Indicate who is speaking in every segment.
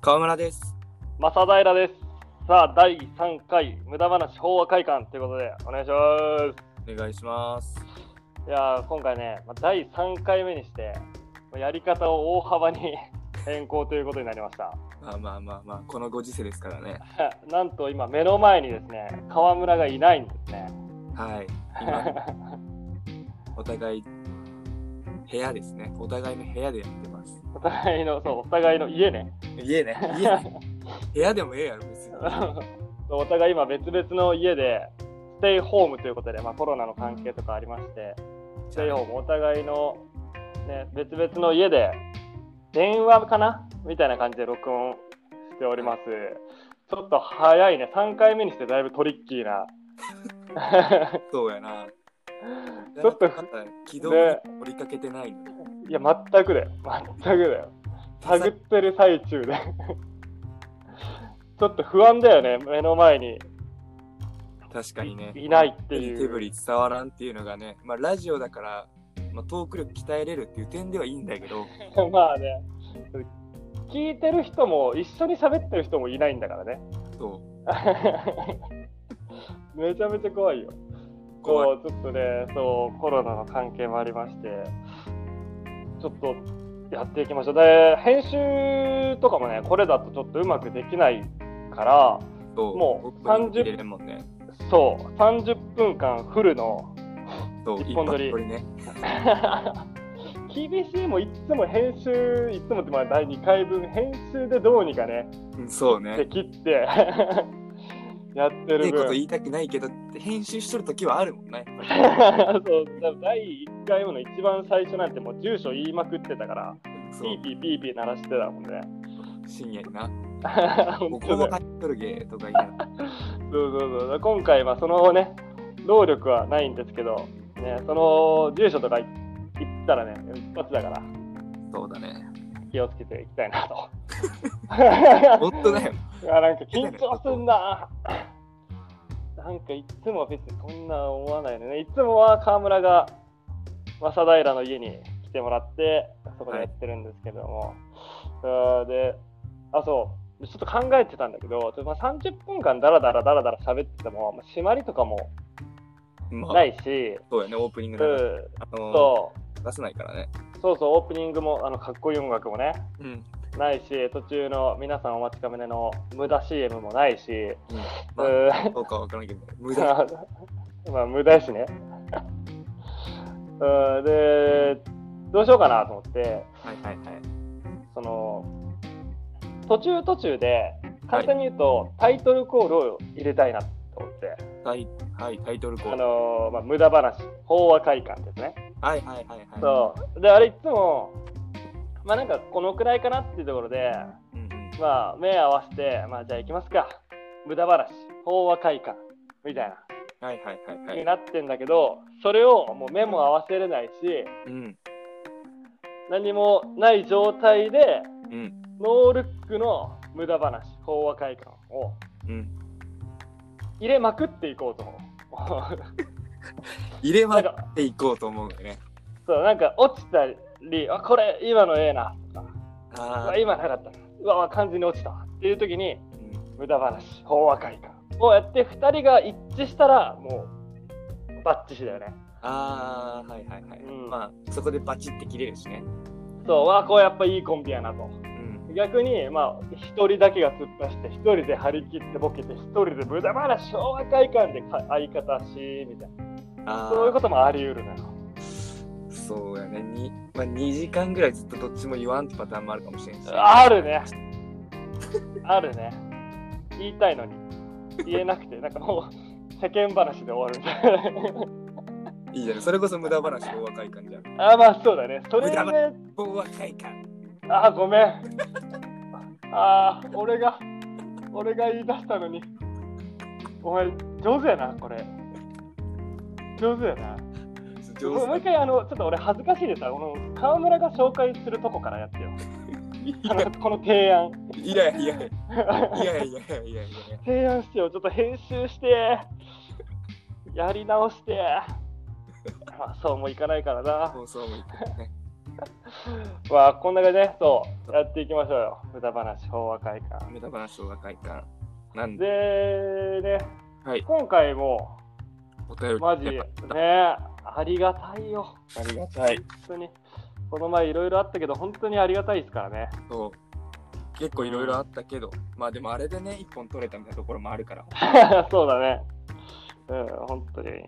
Speaker 1: 川村です。
Speaker 2: 正平です。さあ、第3回無駄話法話会館ということで、お願いしま
Speaker 1: お願いします。
Speaker 2: す。いやー、今回ね、まあ第3回目にして、まあやり方を大幅に 変更ということになりました。
Speaker 1: まあまあまあまあ、このご時世ですからね。
Speaker 2: なんと今、目の前にですね、河村がいないんですね。
Speaker 1: はい。今、お互い、部屋ですね。お互いの部屋でやってます。
Speaker 2: お互いの、そう、お互いの家ね。
Speaker 1: 家ね。家ね。部屋でもええやろ、別に。
Speaker 2: お互い今、別々の家で、ステイホームということで、まあ、コロナの関係とかありまして、ステイホーム、お互いの、ね、別々の家で、電話かなみたいな感じで録音しております。ちょっと早いね、3回目にしてだいぶトリッキーな。
Speaker 1: そうやな。
Speaker 2: ちょっと
Speaker 1: まだ軌道に追りかけてないのに。
Speaker 2: いや、全くだよ、全くだよ。探ってる最中で。 ちょっと不安だよね、目の前に
Speaker 1: 確かにね。
Speaker 2: いないっ
Speaker 1: 手
Speaker 2: ていう。
Speaker 1: に手振り伝わらんっていうのがね、まあ、ラジオだから、まあ、トーク力鍛えれるっていう点ではいいんだけど、
Speaker 2: まあね、聞いてる人も一緒に喋ってる人もいないんだからね。
Speaker 1: そう
Speaker 2: めちゃめちゃ怖いよ。
Speaker 1: 怖
Speaker 2: こうちょっとね、そう、コロナの関係もありまして、ちょっとやっていきましょう。で、編集とかもね、これだとちょっとうまくできないから、
Speaker 1: そう
Speaker 2: もう
Speaker 1: オープニング入れれんもんね。
Speaker 2: そう、30分間フルの、
Speaker 1: そう、
Speaker 2: 一本撮り
Speaker 1: 一ね。
Speaker 2: 厳しいもいっつも編集、いっつもってまあ第2回分、編集でどうにかね、
Speaker 1: うんそう
Speaker 2: で
Speaker 1: ね。
Speaker 2: 切って やって
Speaker 1: い
Speaker 2: る
Speaker 1: いこと
Speaker 2: 分。
Speaker 1: 言いたくないけど、編集しとる時はあるもんね。やっぱ
Speaker 2: そうだから第1回目の一番最初なんてもう住所言いまくってたから
Speaker 1: りそ
Speaker 2: ピー
Speaker 1: う、
Speaker 2: ピーピーピー鳴らしてたもん ね
Speaker 1: 深夜にな。
Speaker 2: 本
Speaker 1: 僕
Speaker 2: 当
Speaker 1: も
Speaker 2: だよ
Speaker 1: 入っとるゲーとか言いながら。
Speaker 2: そうそうそう今回はそのね労力はないんですけど、ね、その住所とか言ったらね一発だから
Speaker 1: そうだね。
Speaker 2: 気をつけていきたいなと
Speaker 1: 本当だよ。
Speaker 2: いやなんか緊張すんななんかいつも別にそんな思わないよねいつもは川村が正平の家に来てもらってそこでやってるんですけども、あーであそうちょっと考えてたんだけど、ちょっとまあ30分間だらだらだらだら喋ってても、まあ締まりとかも
Speaker 1: ま
Speaker 2: な
Speaker 1: あ、
Speaker 2: いし、
Speaker 1: そうやね、オープニング
Speaker 2: う
Speaker 1: だ
Speaker 2: ん
Speaker 1: から。あの
Speaker 2: そ
Speaker 1: ー、出せないからね。
Speaker 2: うそうそう、オープニングもあのかっこいい音楽もね、
Speaker 1: うん。
Speaker 2: ないし、途中の皆さんお待ちかねの無駄 CM もないし、
Speaker 1: まあ、
Speaker 2: うん
Speaker 1: そうかわからんけど、無駄。
Speaker 2: まあ まあ無駄やしね。うんで、どうしようかなと思って、
Speaker 1: はいはいはい。
Speaker 2: その、途中途中で、簡単に言うと、タイトルコールを入れたいなと思って、
Speaker 1: タイはい、タイトルコー
Speaker 2: あ
Speaker 1: ル。
Speaker 2: のまあ、無駄話、法話会館ですね。
Speaker 1: はいはいはいはい。
Speaker 2: そう。で、あれいつも、まあなんかこのくらいかなっていうところで、
Speaker 1: うんうん
Speaker 2: まあ目合わせて、まあじゃあ行きますか。無駄話、法話会館、みたいな。
Speaker 1: はいはいはいはい
Speaker 2: に。なってんだけど、それをもう目も合わせれないし
Speaker 1: うん。
Speaker 2: 何もない状態で
Speaker 1: うん。
Speaker 2: ノールックの無駄話法話会館を
Speaker 1: うん。
Speaker 2: 入れまくっていこうと思う
Speaker 1: 入れ
Speaker 2: な
Speaker 1: ま
Speaker 2: ん
Speaker 1: っ
Speaker 2: か
Speaker 1: ていこうと思うよね。
Speaker 2: そうなんか落ちたりあこれ今のええなとかう
Speaker 1: あ
Speaker 2: わ
Speaker 1: あ。
Speaker 2: 今なかったなうわ完全に落ちたっていう時に
Speaker 1: うん
Speaker 2: 無駄話法話会館をやって2人が一致したらもうバッチシだよね
Speaker 1: ああ、はいはいはい。
Speaker 2: うん
Speaker 1: まあ、そこでバチって切れるしね。
Speaker 2: そううわこれやっぱいいコンビやなと
Speaker 1: うん。
Speaker 2: 逆に、まあ、一人だけが突っ走って、一人で張り切ってボケて、一人で無駄話、昭和会館でか相方し、みたいな。
Speaker 1: ああ。
Speaker 2: そういうこともあり得るのよ。
Speaker 1: そうやね。にまあ、2時間ぐらいずっとどっちも言わんってパターンもあるかもしれんし。
Speaker 2: あるね。あるね。言いたいのに。言えなくて、なんかもう、世間話で終わるみたい
Speaker 1: いいじゃない。それこそ無駄話、大若い感じある。
Speaker 2: な。あ、まあそうだね。それで、
Speaker 1: 無
Speaker 2: ね、
Speaker 1: 大若いか。
Speaker 2: あ、ごめん。あー、俺が、俺が言い出したのに。お前、上手やな、これ。上手やな。もうもう
Speaker 1: 上
Speaker 2: 一回あのちょっと俺恥ずかしいでさこの川村が紹介するとこからやって よあのこの提案
Speaker 1: 手。いやいやいやいやいやいやいやいや。
Speaker 2: 提案してよちょっと編集してやり直してまあそうもいかないからな
Speaker 1: 放送もいってね。
Speaker 2: まあ、こんな感じでね、そう、やっていきましょうよ。無駄話、法和会館。
Speaker 1: 無駄話を若いかなんで、
Speaker 2: で、ね、
Speaker 1: はい、
Speaker 2: 今回も、
Speaker 1: お便り。
Speaker 2: マジ、ね、ありがたいよ。
Speaker 1: ありがたい。
Speaker 2: 本当に。この前いろいろあったけど、本当にありがたいですからね。
Speaker 1: そう。結構いろいろあったけど、まあでもあれでね、一本取れたみたいなところもあるから。
Speaker 2: そうだね。うん、本当に、ち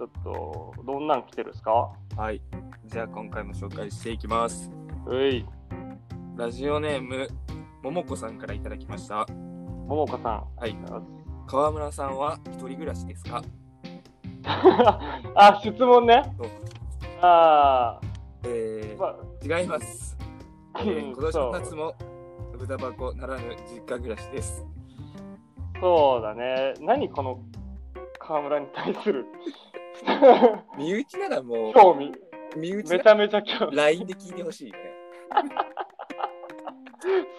Speaker 2: ょっと、どんなん来てるんですか
Speaker 1: はい。じゃあ今回も紹介していきます。
Speaker 2: うい、
Speaker 1: ラジオネーム、ももこさんからいただきました。
Speaker 2: ももかさん。
Speaker 1: はい。川村さんは一人暮らしですか
Speaker 2: あ、質問ね
Speaker 1: そう。
Speaker 2: あ
Speaker 1: え
Speaker 2: ー、まあ、
Speaker 1: ー、違います。え
Speaker 2: う
Speaker 1: ー
Speaker 2: ん
Speaker 1: 今年の
Speaker 2: そ
Speaker 1: 夏
Speaker 2: う
Speaker 1: も豚箱ならぬ実家暮らしです。
Speaker 2: そうだね。何この河村に対する
Speaker 1: 身内ならも
Speaker 2: 興味。
Speaker 1: う、身内
Speaker 2: め
Speaker 1: な
Speaker 2: ちゃめちゃ興味。
Speaker 1: ら LINE で聞いてほしいよね。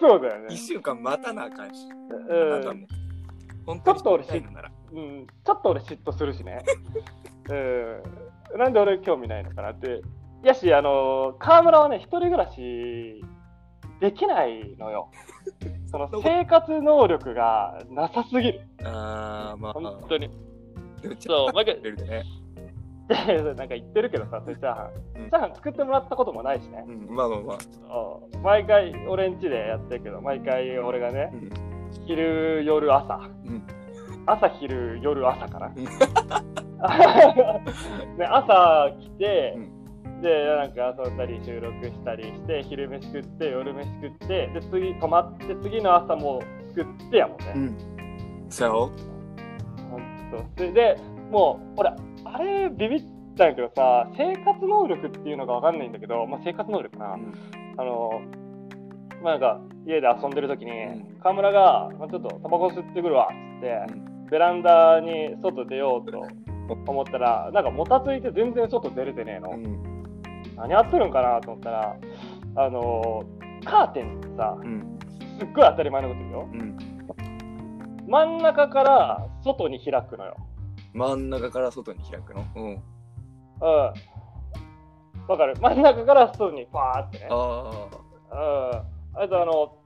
Speaker 2: そうだよね
Speaker 1: 1。週間待たなあかんし。
Speaker 2: うん
Speaker 1: なんかもう本当に
Speaker 2: ちょっと俺
Speaker 1: 知りたいのなら
Speaker 2: うん、ちょっと俺嫉妬するしね。 うん、なんで俺興味ないのかなって。やし、あの、河村はね、一人暮らしできないのよ。その生活能力がなさすぎる。
Speaker 1: あー、まあ、
Speaker 2: 本当に。
Speaker 1: でもち
Speaker 2: そう、毎回
Speaker 1: く、れるね。
Speaker 2: で なんか言ってるけどさ、それチャーハ
Speaker 1: うん
Speaker 2: ン。チャーハン作ってもらったこともないしね
Speaker 1: う。ん、まあまあまあ。
Speaker 2: うん毎回俺ん家でやってるけど、毎回俺がね、
Speaker 1: うん
Speaker 2: 昼、夜、朝。
Speaker 1: うん
Speaker 2: 朝、昼、夜、朝かな。
Speaker 1: うん
Speaker 2: ね、朝来て、
Speaker 1: う
Speaker 2: で、なんか遊んだり収録したりして、昼飯食って、夜飯食って、で、次泊まって、次の朝も作ってやもんね。
Speaker 1: そう
Speaker 2: ほんとそれで、もう、俺、あれ、ビビったんやけどさ、生活能力っていうのがわかんないんだけど、まあ、生活能力かな。あの、まあ、なんか、家で遊んでる時に、
Speaker 1: うん
Speaker 2: 河村が、まあ、ちょっとタバコ吸ってくるわ、っつって、
Speaker 1: う
Speaker 2: ベランダに外出ようと思ったら、なんかもたついて全然外出れてねえの。
Speaker 1: うん。
Speaker 2: 何やってるんかなと思ったら、あのーカーテンってさ、
Speaker 1: うん。
Speaker 2: すっごい当たり前のこと言うよ。
Speaker 1: うん。
Speaker 2: 真ん中から外に開くのよ。
Speaker 1: 真ん中から外に開くのうん。
Speaker 2: うん。わかる真ん中から外にパーってね。うん。
Speaker 1: ああ。
Speaker 2: あとあの、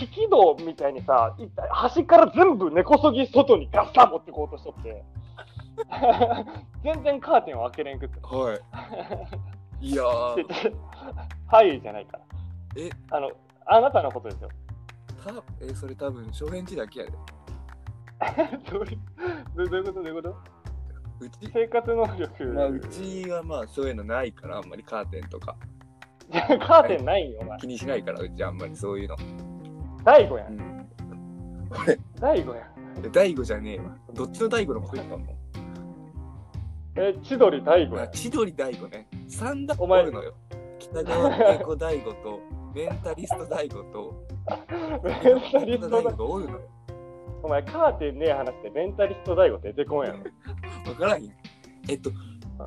Speaker 2: 引き戸みたいにさ、い端から全部根こそぎ外にガッサ持ってこうとしとって。全然カーテンを開けれんくって。
Speaker 1: はい。いやー、
Speaker 2: はいじゃないから。
Speaker 1: え
Speaker 2: あの、あなたのことですよ。
Speaker 1: たえそれ多分、初編地だけやで。
Speaker 2: どういうどどういうことどういうこと
Speaker 1: うち、
Speaker 2: 生活能力、
Speaker 1: まあ、うちはまあ、そういうのないから、あんまりカーテンとか
Speaker 2: いや カーテンないよ、お前。
Speaker 1: 気にしないから、うちあんまりそういうの。
Speaker 2: 大悟や。
Speaker 1: うんん。
Speaker 2: 大悟やん。
Speaker 1: 俺、大悟じゃねえわ。どっちの大悟のこと言ったの
Speaker 2: え、千鳥大悟や
Speaker 1: あ
Speaker 2: ん。
Speaker 1: 千鳥大悟ね。三大
Speaker 2: お
Speaker 1: 悟お
Speaker 2: 前
Speaker 1: るのよ。北川景子大悟と、メンタリスト大悟と、
Speaker 2: メンタリスト
Speaker 1: 大
Speaker 2: だ
Speaker 1: 悟。がおるのよ。
Speaker 2: お前、カーテンねえ話でメンタリスト大悟出てこんやろ。
Speaker 1: わからんやん。えっと、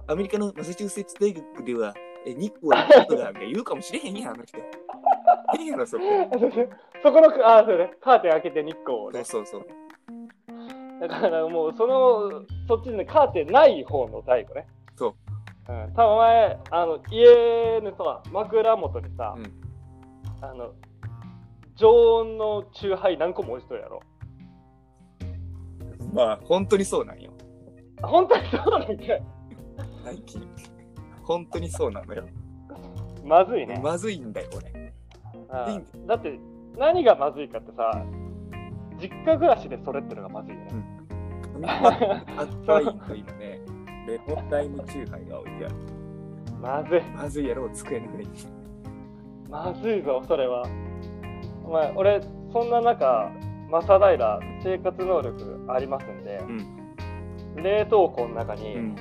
Speaker 1: アメリカのマサチューセッツ大学では、え日光はことだみたいな言うかもしれへんやん、あの人。変やろ、そこ。
Speaker 2: そこの、あ、そうね、カーテン開けて日光を
Speaker 1: そう
Speaker 2: ね。
Speaker 1: そうそう。
Speaker 2: だからもう、その、そっちのカーテンない方の大悟ね。
Speaker 1: そう。
Speaker 2: うん、多分お前、あの、家のさ、枕元にさ、
Speaker 1: うん
Speaker 2: あの、常温のチューハイ何個も置いとるやろ。
Speaker 1: まあ、本当にそうなんよ。
Speaker 2: 本当にそうなんかい
Speaker 1: 最近。本当にそうなのよ。
Speaker 2: まずいね。
Speaker 1: まずいんだよ、 俺。
Speaker 2: ああ
Speaker 1: いいん
Speaker 2: だって何がまずいかってさ実家暮らしでそれってのがまずいよね、
Speaker 1: あったいと今ね、レモンタイムチューハイが置いてある。
Speaker 2: まずい
Speaker 1: まずいやろ、机の上に。
Speaker 2: まずいぞそれはお前俺そんな中正平生活能力ありますんで、冷凍庫の中に、
Speaker 1: うん。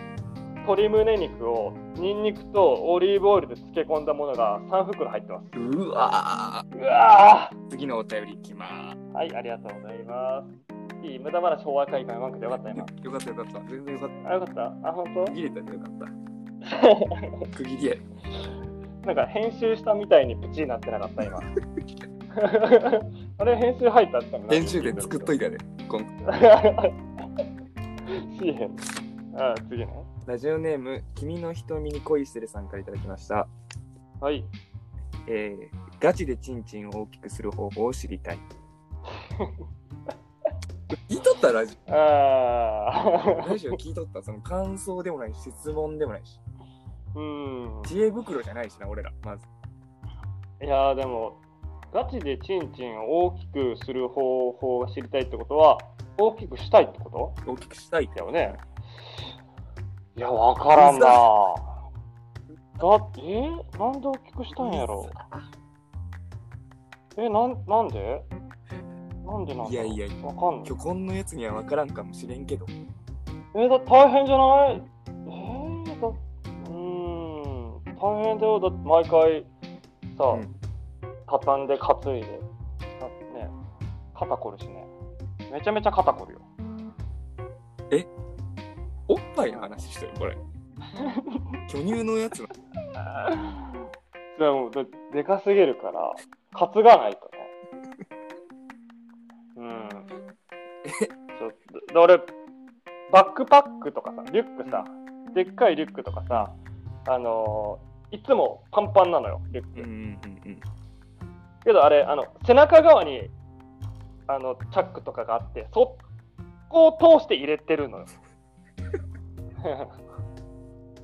Speaker 2: 鶏胸肉をニンニクとオリーブオイルで漬け込んだものが3袋入ってます
Speaker 1: うわ
Speaker 2: うわ
Speaker 1: ー次のお便りいきま
Speaker 2: ーはいありがとうございますいい無駄話昭和会館うまくてよかった今
Speaker 1: ーす。よかったよかった。全然よかった。
Speaker 2: あよかったあ本当
Speaker 1: 区切れたでよかった。 区切りや。
Speaker 2: なんか編集したみたいにプチになってなかった今。 あれ編集入ったったの
Speaker 1: 編集で作っといたで、今回。
Speaker 2: しへん。あ次ね。
Speaker 1: ラジオネーム、君の瞳に恋してるさんからいただきました。
Speaker 2: はい。
Speaker 1: えーガチでチンチンを大きくする方法を知りた い。聞いとったラジ
Speaker 2: あ
Speaker 1: オ。ラジオ聞いとった。その感想でもないし、質問でもないし。
Speaker 2: ー うん。
Speaker 1: 知恵袋じゃないしな、俺ら。まず。
Speaker 2: いやーでも、ガチでチンチンを大きくする方法が知りたいってことは、大きくしたいってこと
Speaker 1: 大きくしたいって
Speaker 2: だ。よね。いや、わからんなぁ。だえーなんで大きくしたんやろえ、なん、なんでなんでなんだ
Speaker 1: いやいやいや
Speaker 2: わかんない
Speaker 1: 虚。婚のやつには分からんかもしれんけど。
Speaker 2: えーだ大変じゃないえー、だ、うーん、大変だよ。だって毎回さ、
Speaker 1: うん
Speaker 2: 畳んで担いで、だってね、肩こるしね。めちゃめちゃ肩 こるよ。
Speaker 1: おっぱいの話してる、これ。巨乳のやつの。
Speaker 2: でもででかすぎるから担がないとねうんちょっとで俺バックパックとかさリュックさでっかいリュックとかさあのーいつもパンパンなのよリュック、
Speaker 1: うんうんうんうん。
Speaker 2: けどあれあの背中側にあのチャックとかがあってそこを通して入れてるのよ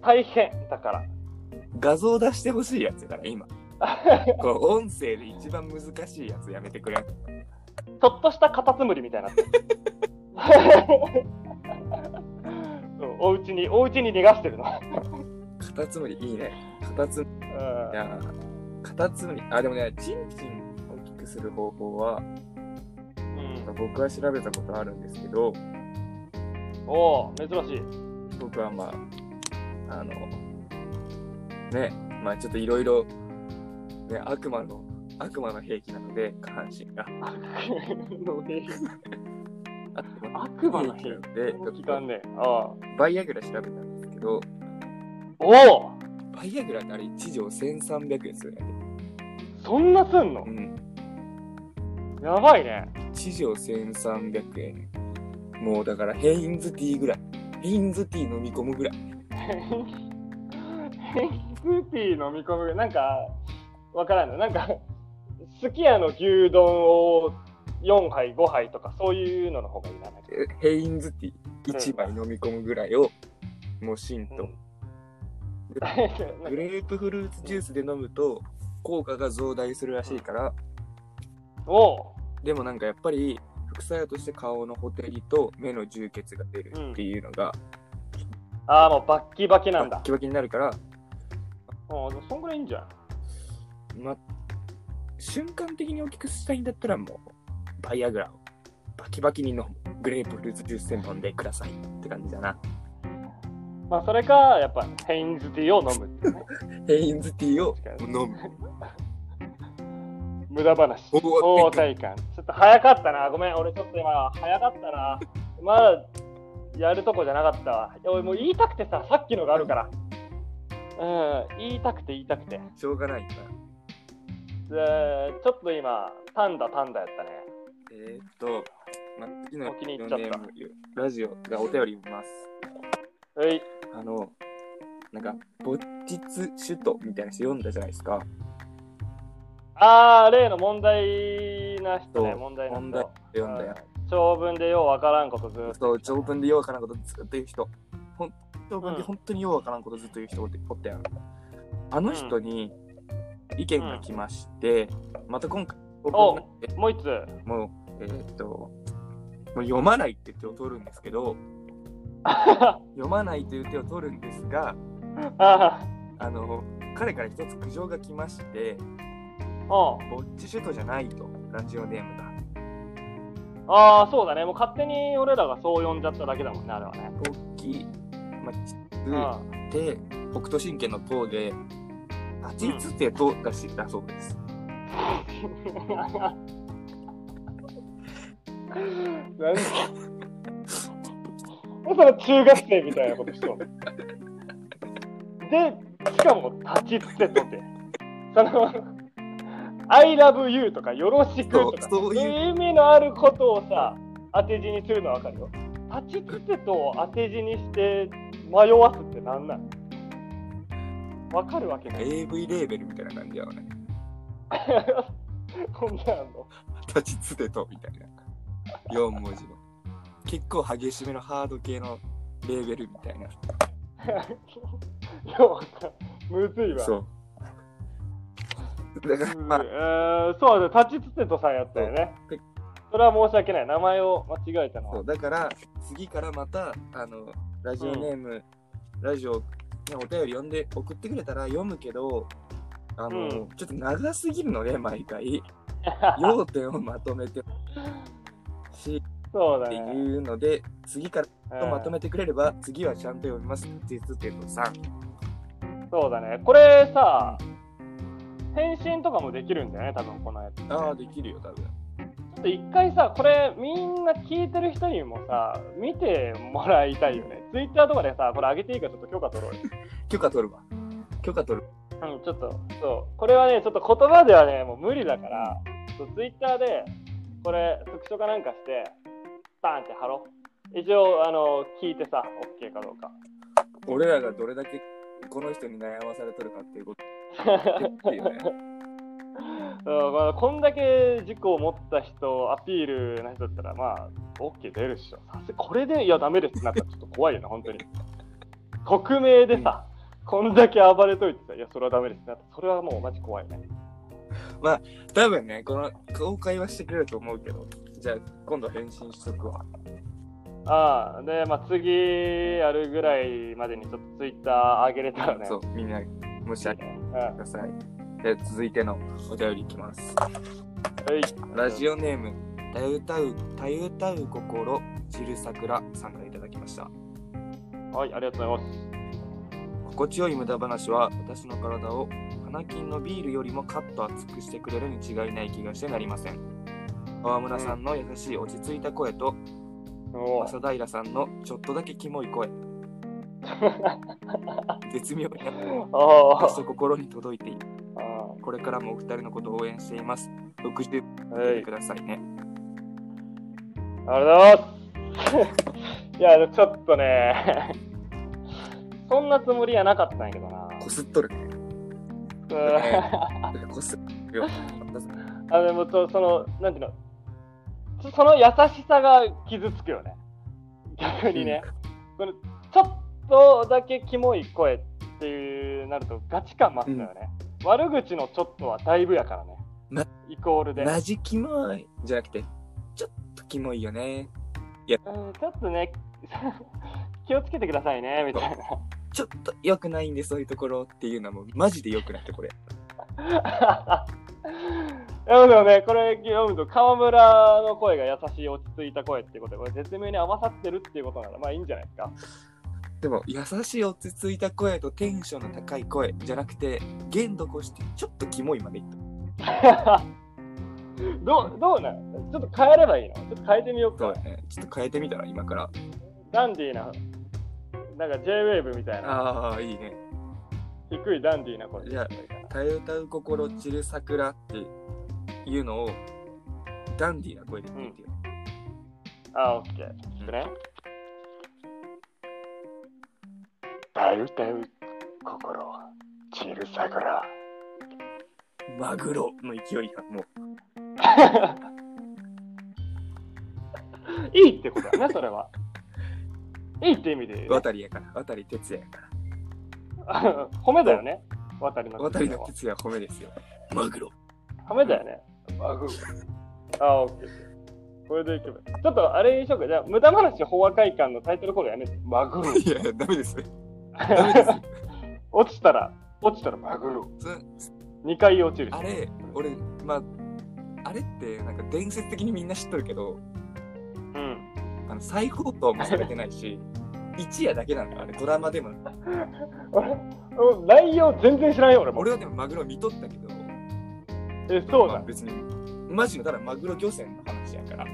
Speaker 2: 大変だから
Speaker 1: 画像出してほしいやつだから、今。これ音声で一番難しいやつやめてくれ。
Speaker 2: ちょっとしたカタツムリみたいになってるそう おうちに、おうちに逃がしてるの。
Speaker 1: カタツムリいいね。カタツムリ。いやー、カタツムリ。あ、でもね、チンチン大きくする方法は、
Speaker 2: うん、
Speaker 1: 僕は調べたことあるんですけど、
Speaker 2: おお、珍しい。
Speaker 1: 僕はまあ、あの、ね、まあちょっといろいろ、ね、悪魔の、悪魔の兵器なので、下半身が。悪
Speaker 2: 悪魔の兵器
Speaker 1: なので、
Speaker 2: 聞かんねえああ
Speaker 1: バイアグラ調べたんですけど、
Speaker 2: おお、
Speaker 1: バイアグラってあれ1錠1300円するんやで。
Speaker 2: そんなすんの
Speaker 1: うん。
Speaker 2: やばいね。
Speaker 1: 1錠1300円。もうだからヘインズティーぐらい。ヘインズティー飲み込むぐらい。
Speaker 2: ヘンスーピー飲み込む、なんか、わからんの。なんか、すき家の牛丼を4杯、5杯とか、そういうのの方がいいな。なんか
Speaker 1: えヘインズティー1杯飲み込むぐらいを、もうシン と。
Speaker 2: うん
Speaker 1: グレープフルーツジュースで飲むと、効果が増大するらしいから、
Speaker 2: おう
Speaker 1: でもなんかやっぱり、副作用として顔のほてりと目の充血が出るっていうのが、
Speaker 2: ああ、もうバッキバキなん
Speaker 1: バ
Speaker 2: だ
Speaker 1: ッ。キバキになるから、
Speaker 2: ああ、でもそんぐらいいいんじゃん。
Speaker 1: ま、瞬間的に大きくしたいんだったらもう、バイアグラをバキバキに飲む。グレープフルーツジュース専門でくださいって感じだな。
Speaker 2: まあ、それか、やっぱ、ヘインズティーを飲むっていうね。
Speaker 1: ヘインズティーを
Speaker 2: 確かに
Speaker 1: 飲む。
Speaker 2: 無駄話。
Speaker 1: おお
Speaker 2: 大体感。ちょっと早かったな。ごめん、俺ちょっと今、早かったな。まだ、やるとこじゃなかったわ。いや俺もう言いたくてさ、さっきのがあるから。うん、言いたくて言いたくて。
Speaker 1: しょうがないな。
Speaker 2: でちょっと今、タンダタンダやったね。
Speaker 1: えー、っと、ま、次の
Speaker 2: お気に入っちゃっ
Speaker 1: ラジ
Speaker 2: た
Speaker 1: オネームラジオがお便り読みます。
Speaker 2: うい、
Speaker 1: あの、なんか、ボッチツ首都みたいな人読んだじゃないですか。
Speaker 2: あー、例の問題な人ね、
Speaker 1: そう
Speaker 2: 問題な人。
Speaker 1: 問題読んだよ。
Speaker 2: うん長文でようわからんことずっと。
Speaker 1: そう、長文でようわからんことずっと言う人。ほん長文で
Speaker 2: うん
Speaker 1: 本当にようわからんことずっと言う人おっておったやん。あの人に意見が来まして、また今回、
Speaker 2: お
Speaker 1: 僕になって
Speaker 2: もう一つ。
Speaker 1: もう、えーっと、もう読まないって手を取るんですけど、読まないという手を取るんですが、
Speaker 2: あ
Speaker 1: あの、彼から一つ苦情が来まして、
Speaker 2: あ、うん。
Speaker 1: ぼっち首都じゃないと、ラジオネームが。
Speaker 2: ああ、そうだね。もう勝手に俺らがそう呼んじゃっただけだもんね、あれはね。
Speaker 1: 大きい、まあ、ち
Speaker 2: うん。
Speaker 1: っつで、北斗神拳の塔で、あちつって塔が知ったそうです。
Speaker 2: 何その中学生みたいなことしとる。で、しかも立ちつてとて。その、I love you とかよろしくとか、
Speaker 1: そうそういう
Speaker 2: いう意味のあることをさ、当て字にするのはわかるよ。立ちつてとを当て字にして迷わすってなんなんわかるわけない。
Speaker 1: AV レーベルみたいな感じやわね。
Speaker 2: こんなんあんの
Speaker 1: 立ちつてとみたいな4文字の結構激しめのハード系のレーベルみたいな
Speaker 2: いや、わかんむずいわ。
Speaker 1: そうだから
Speaker 2: むずい
Speaker 1: まあ
Speaker 2: えーそうだ、立ちつてとさんやったよね
Speaker 1: そう。
Speaker 2: それは申し訳ない。名前を間違えたの
Speaker 1: そ
Speaker 2: は
Speaker 1: う。だから次からまたあのラジオネーム、ラジオ、ね、お便り読んで送ってくれたら読むけどあの、
Speaker 2: うん
Speaker 1: ちょっと長すぎるのね毎 回要点をまとめてほしいっ
Speaker 2: そうだ
Speaker 1: て
Speaker 2: ね。
Speaker 1: いうので次から
Speaker 2: うん
Speaker 1: まとめてくれれば次はちゃんと読みますって言ってとさ
Speaker 2: そうだね。これさ、返信とかもできるんだよね、多分このやつ。ち
Speaker 1: ああできるよ多分
Speaker 2: ょっと一回さ、これみんな聞いてる人にもさ、見てもらいたいよね。ツイッターとかでさ、これ上げていいかちょっと許可取ろうよ。
Speaker 1: 許可取るわ許可取る
Speaker 2: うん、ちょっと、そう。これはね、ちょっと言葉ではね、もう無理だから、ツイッターで、これ、スクショかなんかして、バーンって貼ろう。一応、あの、聞いてさ、OK かどうか。
Speaker 1: 俺らがどれだけこの人に悩まされとるかっていうことっていうね
Speaker 2: うんまあ、こんだけ事故を持った人、アピールな人だったら、まあ、OK 出るっしょ。さすこれで、いや、ダメですってなったらちょっと怖いよな、本当に。匿名でさ、こんだけ暴れといてさ、いや、それはダメですってなったらそれはもうマジ怖いね。
Speaker 1: 多分ねこの公開はしてくれると思うけどじゃあ今度返信しとくわ
Speaker 2: ああ、で、まあ、次やるぐらいまでにちょっとツイッター上げれたらね。
Speaker 1: そうみんなもしあげて
Speaker 2: うん。
Speaker 1: くださいじゃあ続いてのお便りいきます
Speaker 2: はい。
Speaker 1: ラジオネーム「たゆたうたゆたう心散る桜」さんからいただきました
Speaker 2: はい、ありがとうございます。
Speaker 1: 心地よい無駄話は私の体を花金のビールよりもカッと熱くしてくれるに違いない気がしてなりません川村さんの優しい落ち着いた声と
Speaker 2: おー
Speaker 1: 正平さんのちょっとだけキモい 声絶妙に
Speaker 2: お
Speaker 1: 私
Speaker 2: ー
Speaker 1: と心に届いている
Speaker 2: あ
Speaker 1: これからもお二人のことを応援しています60
Speaker 2: ーはい
Speaker 1: くださいね
Speaker 2: ありがとうございます。 いや、ちょっとね、 そんなつもりはなかったんやけどな。
Speaker 1: こすっとるね
Speaker 2: うん
Speaker 1: こすっと るよ
Speaker 2: あでもと、その、なんていうの、そその優しさが傷つくよね。逆にね。このちょっとだけキモい声っていうなると、ガチ感増すのよね、悪口のちょっとはだいぶやからね。
Speaker 1: な
Speaker 2: イコールで。
Speaker 1: マジキモいじゃなくてちょっとキモいよね
Speaker 2: うんちょっとね、 気をつけてくださいね、みたい
Speaker 1: ちょっと良くないんでそういうところっていうのはもうマジで良くなくてこれ
Speaker 2: な。 でもでもね、これ読むと、河村の声が優しい、落ち着いた声ってことで、これ絶妙に合わさってるっていうことなら、まあいいんじゃないですか。
Speaker 1: でも優しい落ち着いた声とテンションの高い声じゃなくて限度越してちょっとキモいまでいった
Speaker 2: どうどうなのちょっと変えればいいのちょっと変えてみよう
Speaker 1: そう
Speaker 2: か
Speaker 1: だ。ねちょっと変えてみたら今から
Speaker 2: ダンディーな、なんか J-Wave みたいな、
Speaker 1: ああいいね
Speaker 2: 低いダンディーな声。
Speaker 1: じゃあたゆたう心散る桜っていうのをダンディーな声で言ってみてよ、
Speaker 2: あ、オッケー。いくね。だうだう、心、散る桜。
Speaker 1: マグロの勢いがも
Speaker 2: いいってことだね、そ れは。いいって意味で言う
Speaker 1: う
Speaker 2: ね、
Speaker 1: 渡りやから渡り哲也やか
Speaker 2: 褒めだよね。渡りの
Speaker 1: ら渡
Speaker 2: 哲
Speaker 1: り
Speaker 2: 也
Speaker 1: の
Speaker 2: は。
Speaker 1: 哲也は褒めですよマグロ
Speaker 2: ダメだよね。あ、グー。あ、オッケー。これでいけばいい。ちょっとあれにしようか。じゃあ、無駄話法和会館のタイトルコールやめて。マグ ロ。
Speaker 1: いやいやダメですダメです
Speaker 2: 落ちたら、落ちたらマグロ。
Speaker 1: そ
Speaker 2: 2回落ちるし。
Speaker 1: あれ俺まああれってなんか伝説的にみんな知っとるけど
Speaker 2: うん。
Speaker 1: あの再放送もされてないし 一夜だけなんだよあれドラマでも
Speaker 2: 俺、俺内容全然知らんよ、俺も。
Speaker 1: 俺はでもマグロ見とったけど
Speaker 2: え、そう
Speaker 1: まあ
Speaker 2: だ。
Speaker 1: 別にマジのただマグロ漁船の話やから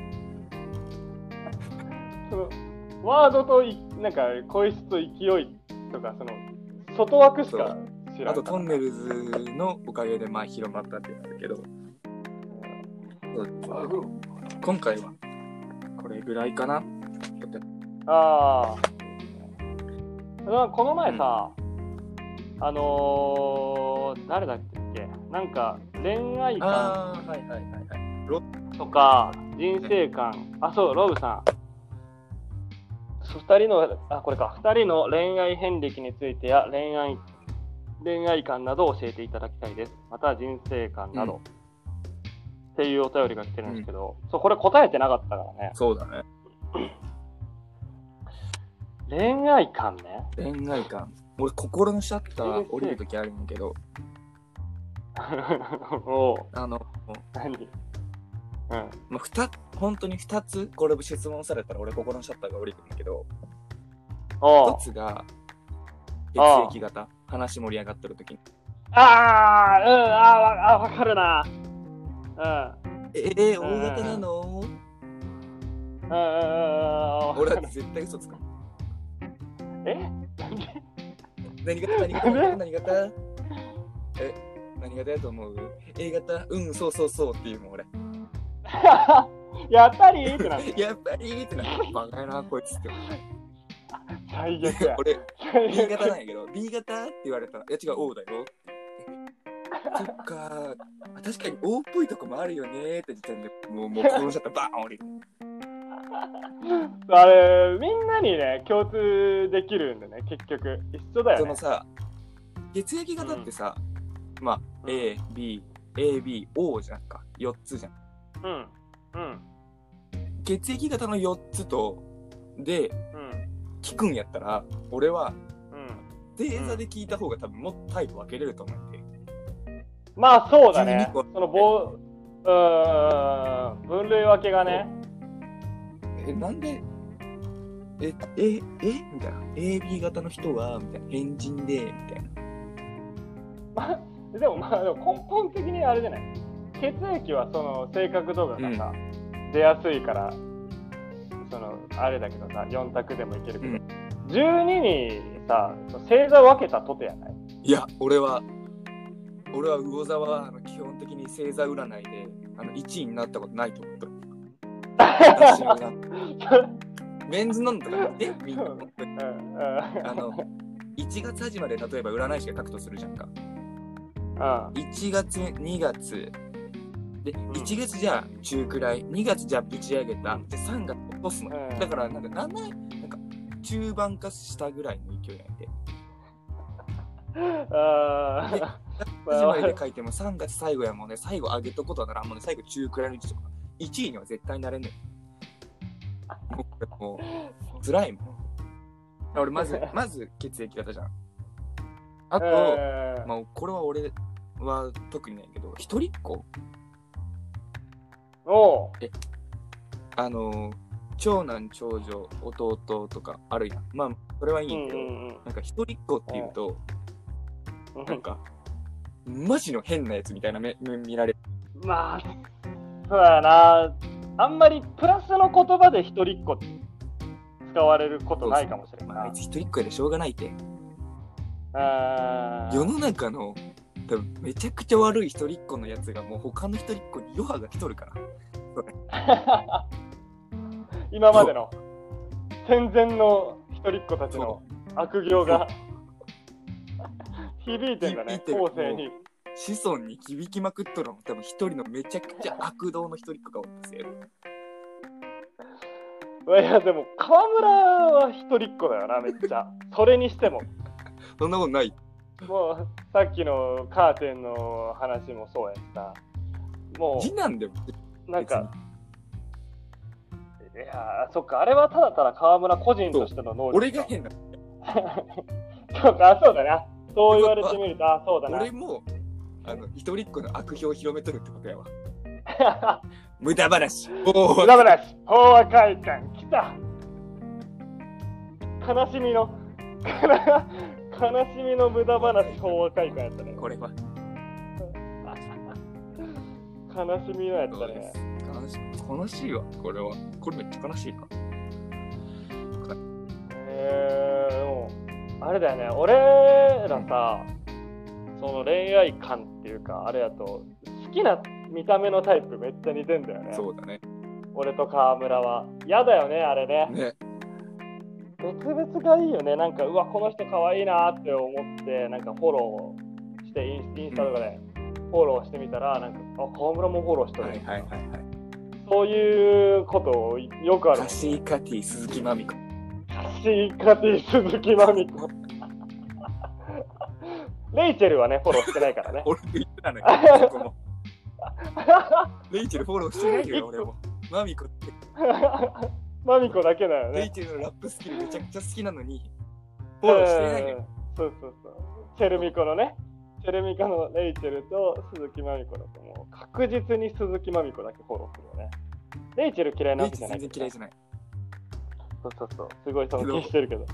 Speaker 2: そのワードとい、なんか、声質と勢いとか、その、外枠しか知らんから。
Speaker 1: あとトンネルズのおかげでまあ広まったってなるけど
Speaker 2: マグロ。
Speaker 1: 今回はこれぐらいかな
Speaker 2: ああ。この前さ、あのー、誰だっけなんか恋愛観
Speaker 1: ああ、はいはいはいはい。
Speaker 2: とか人生観あそうロブさんそう二人のあこれか2人の恋愛遍歴についてや恋愛恋愛観などを教えていただきたいですまた人生観など、
Speaker 1: うん
Speaker 2: っていうお便りが来てるんですけど、そうこれ答えてなかったからね
Speaker 1: そうだね。
Speaker 2: 恋愛観ね
Speaker 1: 恋愛観。俺、心のシャッター降りるときあるんだけど、
Speaker 2: おう
Speaker 1: あの、
Speaker 2: 何うん
Speaker 1: まあ、ふた本当に2つ、これ質問されたら俺、心のシャッターが降りるんだけど、
Speaker 2: おう
Speaker 1: 1つが、血
Speaker 2: ああ
Speaker 1: 液型。話盛り上がってるときに。
Speaker 2: ああうんあーわあわかるなうん
Speaker 1: えー、大型なの
Speaker 2: うんうんうんうん
Speaker 1: 俺は絶対嘘つかん。
Speaker 2: え なんで
Speaker 1: 何 型何型何型何型え、何型やと思う ?A 型うん、そうそうそうっていうもん俺。
Speaker 2: やっぱりってなる
Speaker 1: やっぱりってな、バカやな、こいつって。
Speaker 2: 最悪 や。
Speaker 1: 俺、
Speaker 2: 最
Speaker 1: B 型
Speaker 2: 悪
Speaker 1: なんやけど、B 型って言われたら、いや違う、O だよ。そっか、確かに O っぽいとこもあるよねって時点で、もう、もう、このシャッターバーン降りる。
Speaker 2: あれ、みんなにね、共通できるんでね、結局。一緒だ
Speaker 1: そ
Speaker 2: よね
Speaker 1: の。さ、血液型ってさ、まあ、A、B、AB、O じゃんか、4つじゃん。
Speaker 2: うん。うん。
Speaker 1: 血液型の4つと、で、
Speaker 2: うん。
Speaker 1: 聞くんやったら、俺は、
Speaker 2: うん。
Speaker 1: 星座で聞いた方が多分もっとタイプ分けれると思うんで。
Speaker 2: まあ、そうだね。
Speaker 1: 12個
Speaker 2: その棒、うーん、分類分けがね。
Speaker 1: えなんでえええみたいな AB 型の人はみたいな変人でみたいな
Speaker 2: まあ、でもまあ、でも根本的にあれじゃない。血液はその性格とかがさ、出やすいから、その、あれだけどさ、4択でもいけるけど、
Speaker 1: うん
Speaker 2: 12にさ、その星座分けたとてやない。
Speaker 1: いや俺は俺は魚座はあの基本的に星座占いであの1位になったことないと思ってる私の占いメンズなんだからねみんな
Speaker 2: う んうん
Speaker 1: あの1月始まりで例えば占い師が書くとするじゃんか
Speaker 2: うん
Speaker 1: 1月2月で
Speaker 2: ん
Speaker 1: 1月じゃ中くらい2月じゃぶち上げたで3月落とすの
Speaker 2: うん
Speaker 1: だからなんかなんならなんか中盤か下ぐらいの勢いなんで
Speaker 2: あ
Speaker 1: 始まりで
Speaker 2: ー
Speaker 1: 書いても3月最後やもんね最後上げとくことはならんもんね最後中くらいの位置とか1位には絶対なれんねんもうこれもう辛いもん俺ま ずまず血液型じゃんあと、
Speaker 2: えー
Speaker 1: まあ、これは俺は特にないけど一人っ子
Speaker 2: おう
Speaker 1: あのー長男長女弟とかあるやんまあそれはいい
Speaker 2: うんん
Speaker 1: や
Speaker 2: う
Speaker 1: けど、
Speaker 2: ん
Speaker 1: なんか一人っ子っていうと、
Speaker 2: うん
Speaker 1: なんかマジの変なやつみたいな目目見られる
Speaker 2: まあそうやなあんまりプラスの言葉で一人っ子って使われることないかもしれん
Speaker 1: まあ、あ
Speaker 2: ない
Speaker 1: いつ一人っ子やでしょうがないって
Speaker 2: な
Speaker 1: 世の中の多分めちゃくちゃ悪い一人っ子のやつがもう他の一人っ子に余波が来とるから
Speaker 2: 今までの戦前の一人っ子たちの悪行が響いてんだ
Speaker 1: 響
Speaker 2: ね
Speaker 1: いてる
Speaker 2: 後世に
Speaker 1: 子孫に響きまくっとるのも多分一人のめちゃくちゃ悪道の一人っ子がおるんですよ
Speaker 2: いやでも川村は一人っ子だよなめっ ちゃそれにしても
Speaker 1: そんなことない
Speaker 2: もうさっきのカーテンの話もそうやった。も
Speaker 1: 次男でも
Speaker 2: うなんか、いやーそっか、あれはただただ川村個人としての能力。
Speaker 1: 俺が変な
Speaker 2: そうか、あそうだな。そう言われてみると、あそうだな。
Speaker 1: 俺もあの一人っ子の悪評を広めとるってことやわ無駄話お
Speaker 2: 無
Speaker 1: ー
Speaker 2: 駄話、法話会館来た悲しみの、 悲しみの無駄話、法話会館やったね。
Speaker 1: これは
Speaker 2: 悲しみのやった
Speaker 1: そうで
Speaker 2: ね
Speaker 1: す。悲しい悲しいわこれはこれめっちゃ悲しいな
Speaker 2: えーでもあれだよね俺らさその恋愛観っていうかあれやと好きな見た目のタイプめっちゃ似てんだよね
Speaker 1: そうだね
Speaker 2: 俺と川村は嫌だよねあれね
Speaker 1: ね
Speaker 2: 別々がいいよねなんかうわこの人可愛いなって思ってなんかフォローしてインインスタとかでフォローしてみたら、なんか、あ、河村もフォローしてる、
Speaker 1: はいはいはいはい。
Speaker 2: そういうことをよくある。
Speaker 1: カシーカティ、鈴木まみこ。。
Speaker 2: シーカティ鈴木まみこ。レイチェルはね、フォローしてないからね
Speaker 1: 俺も言ってた のよ、そこも。レイチェルフォローしてないよ、俺も。まみこって、
Speaker 2: まみこだけだよ
Speaker 1: レイ
Speaker 2: ね。
Speaker 1: チェルのラップスキルめちゃくちゃ好きなのに、フォローしてないよ。
Speaker 2: うんそうそうそう。チェルミコのね、チェルミコのレイチェルと鈴木まみこだと、もう確実に鈴木まみこだけフォローするよね。レイチェル嫌いな
Speaker 1: レイ
Speaker 2: わけ
Speaker 1: チ
Speaker 2: じ
Speaker 1: ェ
Speaker 2: ゃ
Speaker 1: ル
Speaker 2: ない
Speaker 1: 全然嫌い
Speaker 2: じ
Speaker 1: じゃない。
Speaker 2: ゃそうそうそう。すごい尊敬してるけど。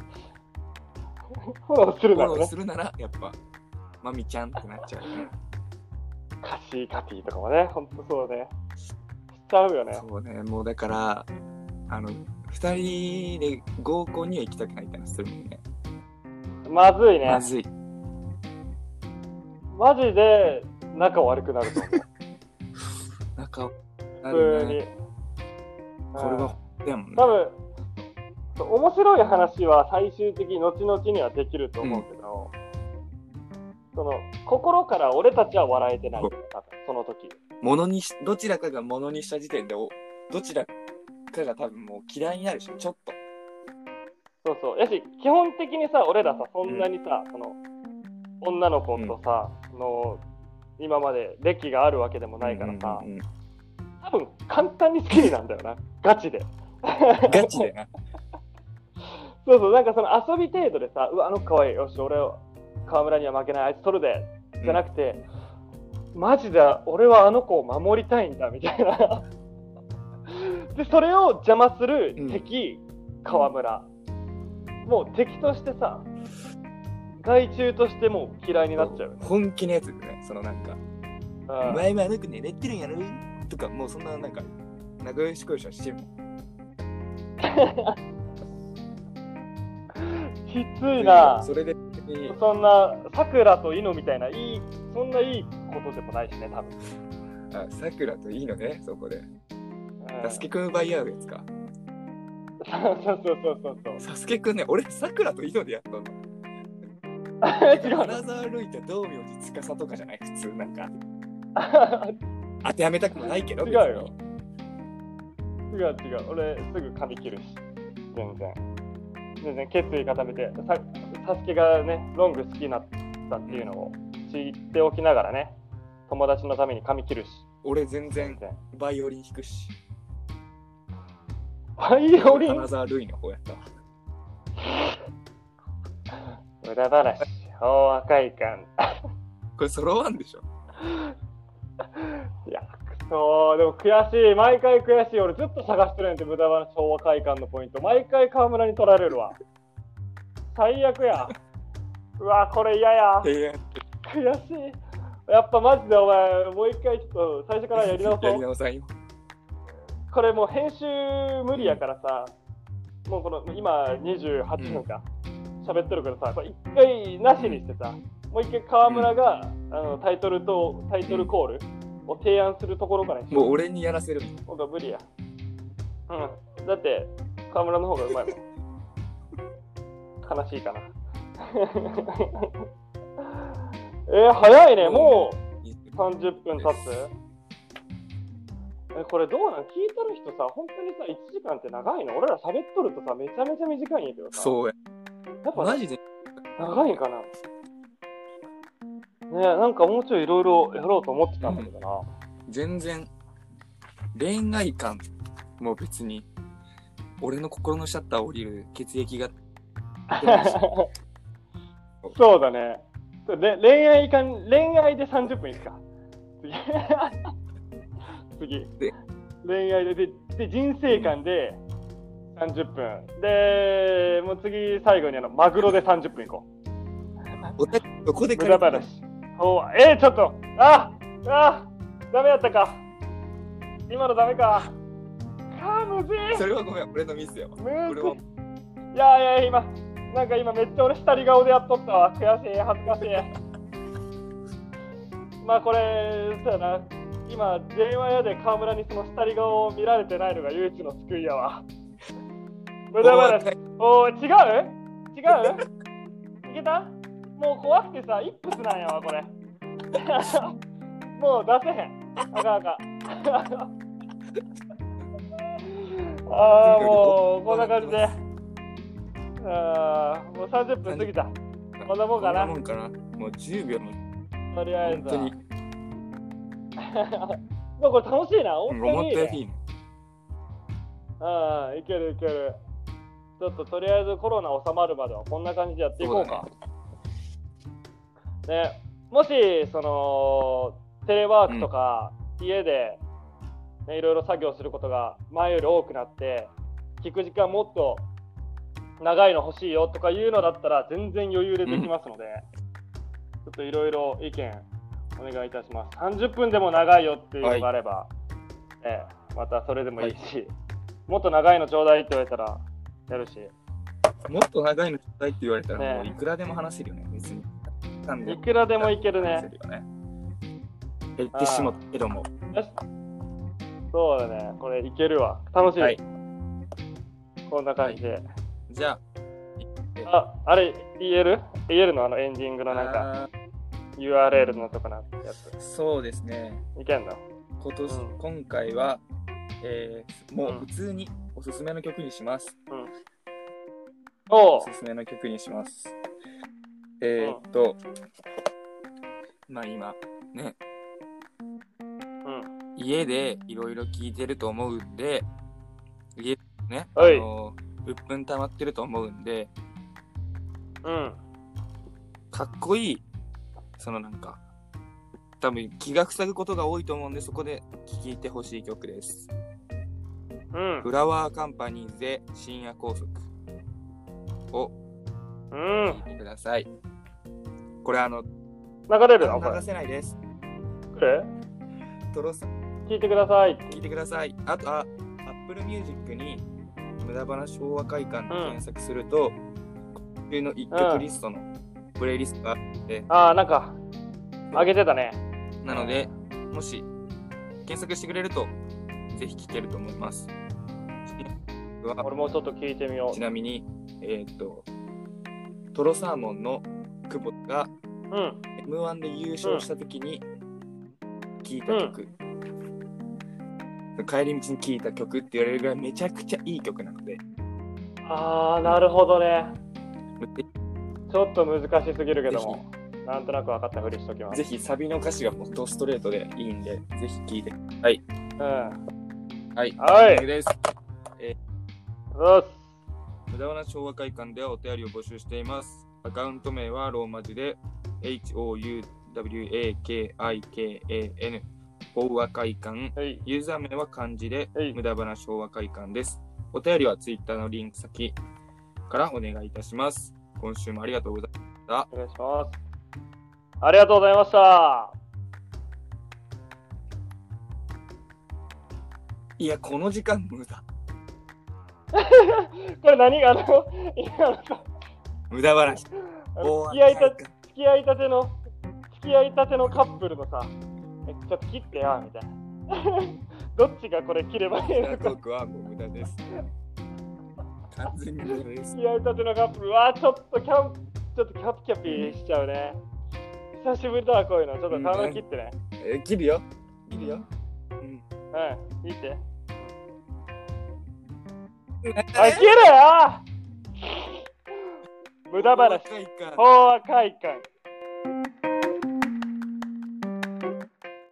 Speaker 2: フォローす
Speaker 1: フ
Speaker 2: る
Speaker 1: ォ
Speaker 2: な
Speaker 1: ロ
Speaker 2: ら
Speaker 1: ー
Speaker 2: ね
Speaker 1: す。るなら、やっぱ、まみちゃんってなっちゃうよね。
Speaker 2: カシーカティとかもね、ほんとそうね。しちゃうよね。
Speaker 1: そうね、もうだから、あの、二人で合コンには行きたくないみたいなするもんね。
Speaker 2: まずいね。
Speaker 1: まずい。
Speaker 2: マジで仲悪くなると
Speaker 1: 仲を、 な
Speaker 2: 思う。普
Speaker 1: る
Speaker 2: 通に
Speaker 1: ね。。これは、でも
Speaker 2: うん
Speaker 1: ね
Speaker 2: 多。分そう面白い話は最終的に後々にはできると思うけど、その心から俺たちは笑えてないよね多分その時
Speaker 1: ものにしどちらかがものにした時点でおどちらかが多分もう嫌いになるでしょちょっと
Speaker 2: そうそうやし基本的にさ俺らさそんなにさ、その女の子とさ、の今まで歴があるわけでもないからさ、
Speaker 1: うんうんうん
Speaker 2: 多分簡単に好きになんだよ なガチで
Speaker 1: ガチで な
Speaker 2: そうそう、なんかその遊び程度でさ、うわ、あの子可愛い、よし、俺を河村には負けない、あいつ取るで、じゃなくて、マジだ、俺はあの子を守りたいんだ、みたいな。で、それを邪魔する敵、河村。もう敵としてさ、害虫としてもう嫌いになっちゃうよね。
Speaker 1: 本気のやつよねそのなんか「
Speaker 2: うん
Speaker 1: 前々よくねレッテルやる?」とかもうそんななんか仲良し恋しはしてるもん
Speaker 2: きついな。
Speaker 1: それで別に
Speaker 2: そんな、さくらとイノみたいな、いい、そんないいことでもないしね、多分。
Speaker 1: あさくらといいのねそこで
Speaker 2: うん
Speaker 1: サスケくん奪い合うやつか
Speaker 2: そうそうそうそうそう。
Speaker 1: サスケくんね俺さくらといいのでやったの
Speaker 2: 違う
Speaker 1: 花沢類と道明寺司とかじゃない普通なんか当てはめたくもないけど
Speaker 2: 違うよ違う違う俺すぐ髪切るし全然全然決意固めてさサスケがねロング好きになったっていうのを知っておきながらね友達のために髪切るし
Speaker 1: 俺全然
Speaker 2: 全然
Speaker 1: バイオリン弾くし
Speaker 2: バイオリン
Speaker 1: 花沢類の方やったわ
Speaker 2: 裏話大若い感
Speaker 1: これ揃わんでしょ
Speaker 2: いやくそーでも悔しい毎回悔しい俺ずっと探してるんで無駄話昭和会館のポイント毎回河村に取られるわ最悪やうわこれ嫌や
Speaker 1: 平安
Speaker 2: 悔しい。やっぱマジでお前、もう一回ちょっと最初からやり直そ
Speaker 1: やり
Speaker 2: う。
Speaker 1: 直さんよ。
Speaker 2: これもう編集無理やからさ、もうこの今28分か、喋ってるからさ、これ一回なしにしてさ、もう一回河村が、あのタイトルとタイトルコールを提案するところからにしよ
Speaker 1: もう俺にやらせる。
Speaker 2: う。ほんと無理や。うん。だって、河村の方がうまいもん。悲しいかな。 えー、早いね、もう。30分経って。え、これどうなん聞いてる人さ、本当にさ、1時間って長いの俺ら喋っとるとさ、めちゃめちゃ短いんやけどさ。
Speaker 1: そうや。
Speaker 2: やっぱ
Speaker 1: マジで
Speaker 2: 長いんかな。ねえ、なんかもうちょいいろいろやろうと思ってたんだけどな。
Speaker 1: 全然恋愛観もう別に俺の心のシャッターを降りる血液 が
Speaker 2: そうだね。で恋愛かん恋愛で30分いくか。次。次
Speaker 1: で。
Speaker 2: 恋愛ででで人生観で30分。で、もう次最後にあのマグロで30分いこう。
Speaker 1: おたどこで
Speaker 2: 無駄話。おえー、ちょっとああダメやったか。今のダメか。あー、むずい
Speaker 1: それはごめん俺のミスよ
Speaker 2: む
Speaker 1: 俺は
Speaker 2: ずいいやいやいや、今、なんか今めっちゃ俺、下り顔でやっとったわ。悔しい、 恥ずかしい。まあこれ、そうやな。今、電話屋で河村にその下り顔を見られてないのが唯一の救いやわ。無駄話。おお、違う違ういけたもう怖くてさ、イップスなんやわ、これ。 もう出せへん。あかんあ かん。ああ、もう、こんな感じで。ああ、もう30分過ぎた。こんなもんかな
Speaker 1: こんなもんかな。もう10秒の、
Speaker 2: とりあえ
Speaker 1: 本
Speaker 2: ず
Speaker 1: 当
Speaker 2: は。
Speaker 1: に、
Speaker 2: まあこれ楽しいな。
Speaker 1: うん
Speaker 2: 音
Speaker 1: 思
Speaker 2: 楽
Speaker 1: っ
Speaker 2: い
Speaker 1: たよ
Speaker 2: いね
Speaker 1: りいいね。
Speaker 2: ああ、いけるいける。ちょっととりあえずコロナ収まるまではこんな感じでやっていこうか。ね、もし、その、テレワークとか、家で、ね、いろいろ作業することが前より多くなって、聞く時間もっと長いの欲しいよとかいうのだったら、全然余裕でできますので、ちょっといろいろ意見お願いいたします。30分でも長いよっていうのがあれば、ええまたそれでもいいし、もっと長いのちょうだいって言われたらやるし、
Speaker 1: もっと長いのちょうだいって言われたら、も
Speaker 2: ね
Speaker 1: ういくらでも話せるよね、別に。なん
Speaker 2: いくらでもいけるね。。
Speaker 1: 減ってしまったけども。
Speaker 2: よしそうだね、これいけるわ。楽しい。
Speaker 1: はい
Speaker 2: こんな感じで。
Speaker 1: じゃあ、
Speaker 2: あ、あれ、言える言えるのあのエンディングのなん
Speaker 1: あ
Speaker 2: か URL のとかなんてやつ。
Speaker 1: ーそうですね。
Speaker 2: いけんの
Speaker 1: 今年、
Speaker 2: うん
Speaker 1: 今回は、えーも
Speaker 2: うん
Speaker 1: う普通におすすめの曲にします。
Speaker 2: お
Speaker 1: お
Speaker 2: う
Speaker 1: すすめの曲にします。えーっと、まあ今、ね、
Speaker 2: うん。
Speaker 1: 家でいろいろ聴いてると思うんで、家でね、あ
Speaker 2: はい
Speaker 1: の、鬱憤溜まってると思うんで、
Speaker 2: うん。
Speaker 1: かっこいいそのなんか多分気が塞ぐことが多いと思うんでそこで聴いてほしい曲です
Speaker 2: うん
Speaker 1: フ。ラワーカンパニーズで深夜拘束を
Speaker 2: う
Speaker 1: 聴
Speaker 2: ん。
Speaker 1: いてくださいこれあの
Speaker 2: 流れるのこれ
Speaker 1: 流。せないです
Speaker 2: これ
Speaker 1: トロさん
Speaker 2: 聞いてください。
Speaker 1: 聴いてくださいあとあ Apple Music に無駄話昭和会館で検索すると、今週の一曲リストのプレイリストがある
Speaker 2: ああ、なんか、あげてたね。
Speaker 1: なので、もし検索してくれると、ぜひ聞けると思います。は
Speaker 2: 俺もちょっと聞いてみよ
Speaker 1: ちなみに、えーっと、トロサーモンの久保田が
Speaker 2: う。うん。
Speaker 1: M1 で優勝したときに聴いた曲、帰り道に聴いた曲って言われるぐらいめちゃくちゃいい曲なので、
Speaker 2: ああ、なるほどね。
Speaker 1: ぜ
Speaker 2: ちょっと難しすぎるけども、なんとなく分かったふりしときます。
Speaker 1: ぜひサビの歌詞がもっとストレートでいいんで、ぜひ聴いて。
Speaker 2: うん。は
Speaker 1: はい。
Speaker 2: い。
Speaker 1: 次です
Speaker 2: よし。
Speaker 1: 無駄な昭和会館ではお便りを募集しています。アカウント名はローマ字で HOUWAKIKAN 昭和会館。
Speaker 2: はい。
Speaker 1: ユーザー名は漢字で
Speaker 2: はい
Speaker 1: 無駄話昭和会館です。お便りはツイッターのリンク先からお願いいたします。今週もありがとうございました。
Speaker 2: お願いします。ありがとうございました。
Speaker 1: いや、この時間無駄。
Speaker 2: これ何あの、今のさ、
Speaker 1: 無駄話。
Speaker 2: あの
Speaker 1: 昭和
Speaker 2: 付き合
Speaker 1: 会
Speaker 2: いた、
Speaker 1: 館
Speaker 2: 付き合いたての、付き合いたてのカップルのさ、えちょっと切ってよ、みたいな。 どっちがこれ切ればいい
Speaker 1: 無駄
Speaker 2: の
Speaker 1: ト
Speaker 2: か。
Speaker 1: ークはもう無駄です。完全に無駄です。
Speaker 2: 付き合いたてのカップル、わあ、ちょっとキャン、ちょっとキャピキャピしちゃうね。久しぶりだわ、こういうの。ちょっと体切ってね。
Speaker 1: えー切るよ。切るよ。うん。
Speaker 2: うん、いいって。あ、切れよ無駄話。
Speaker 1: 昭和会館
Speaker 2: 法和会館。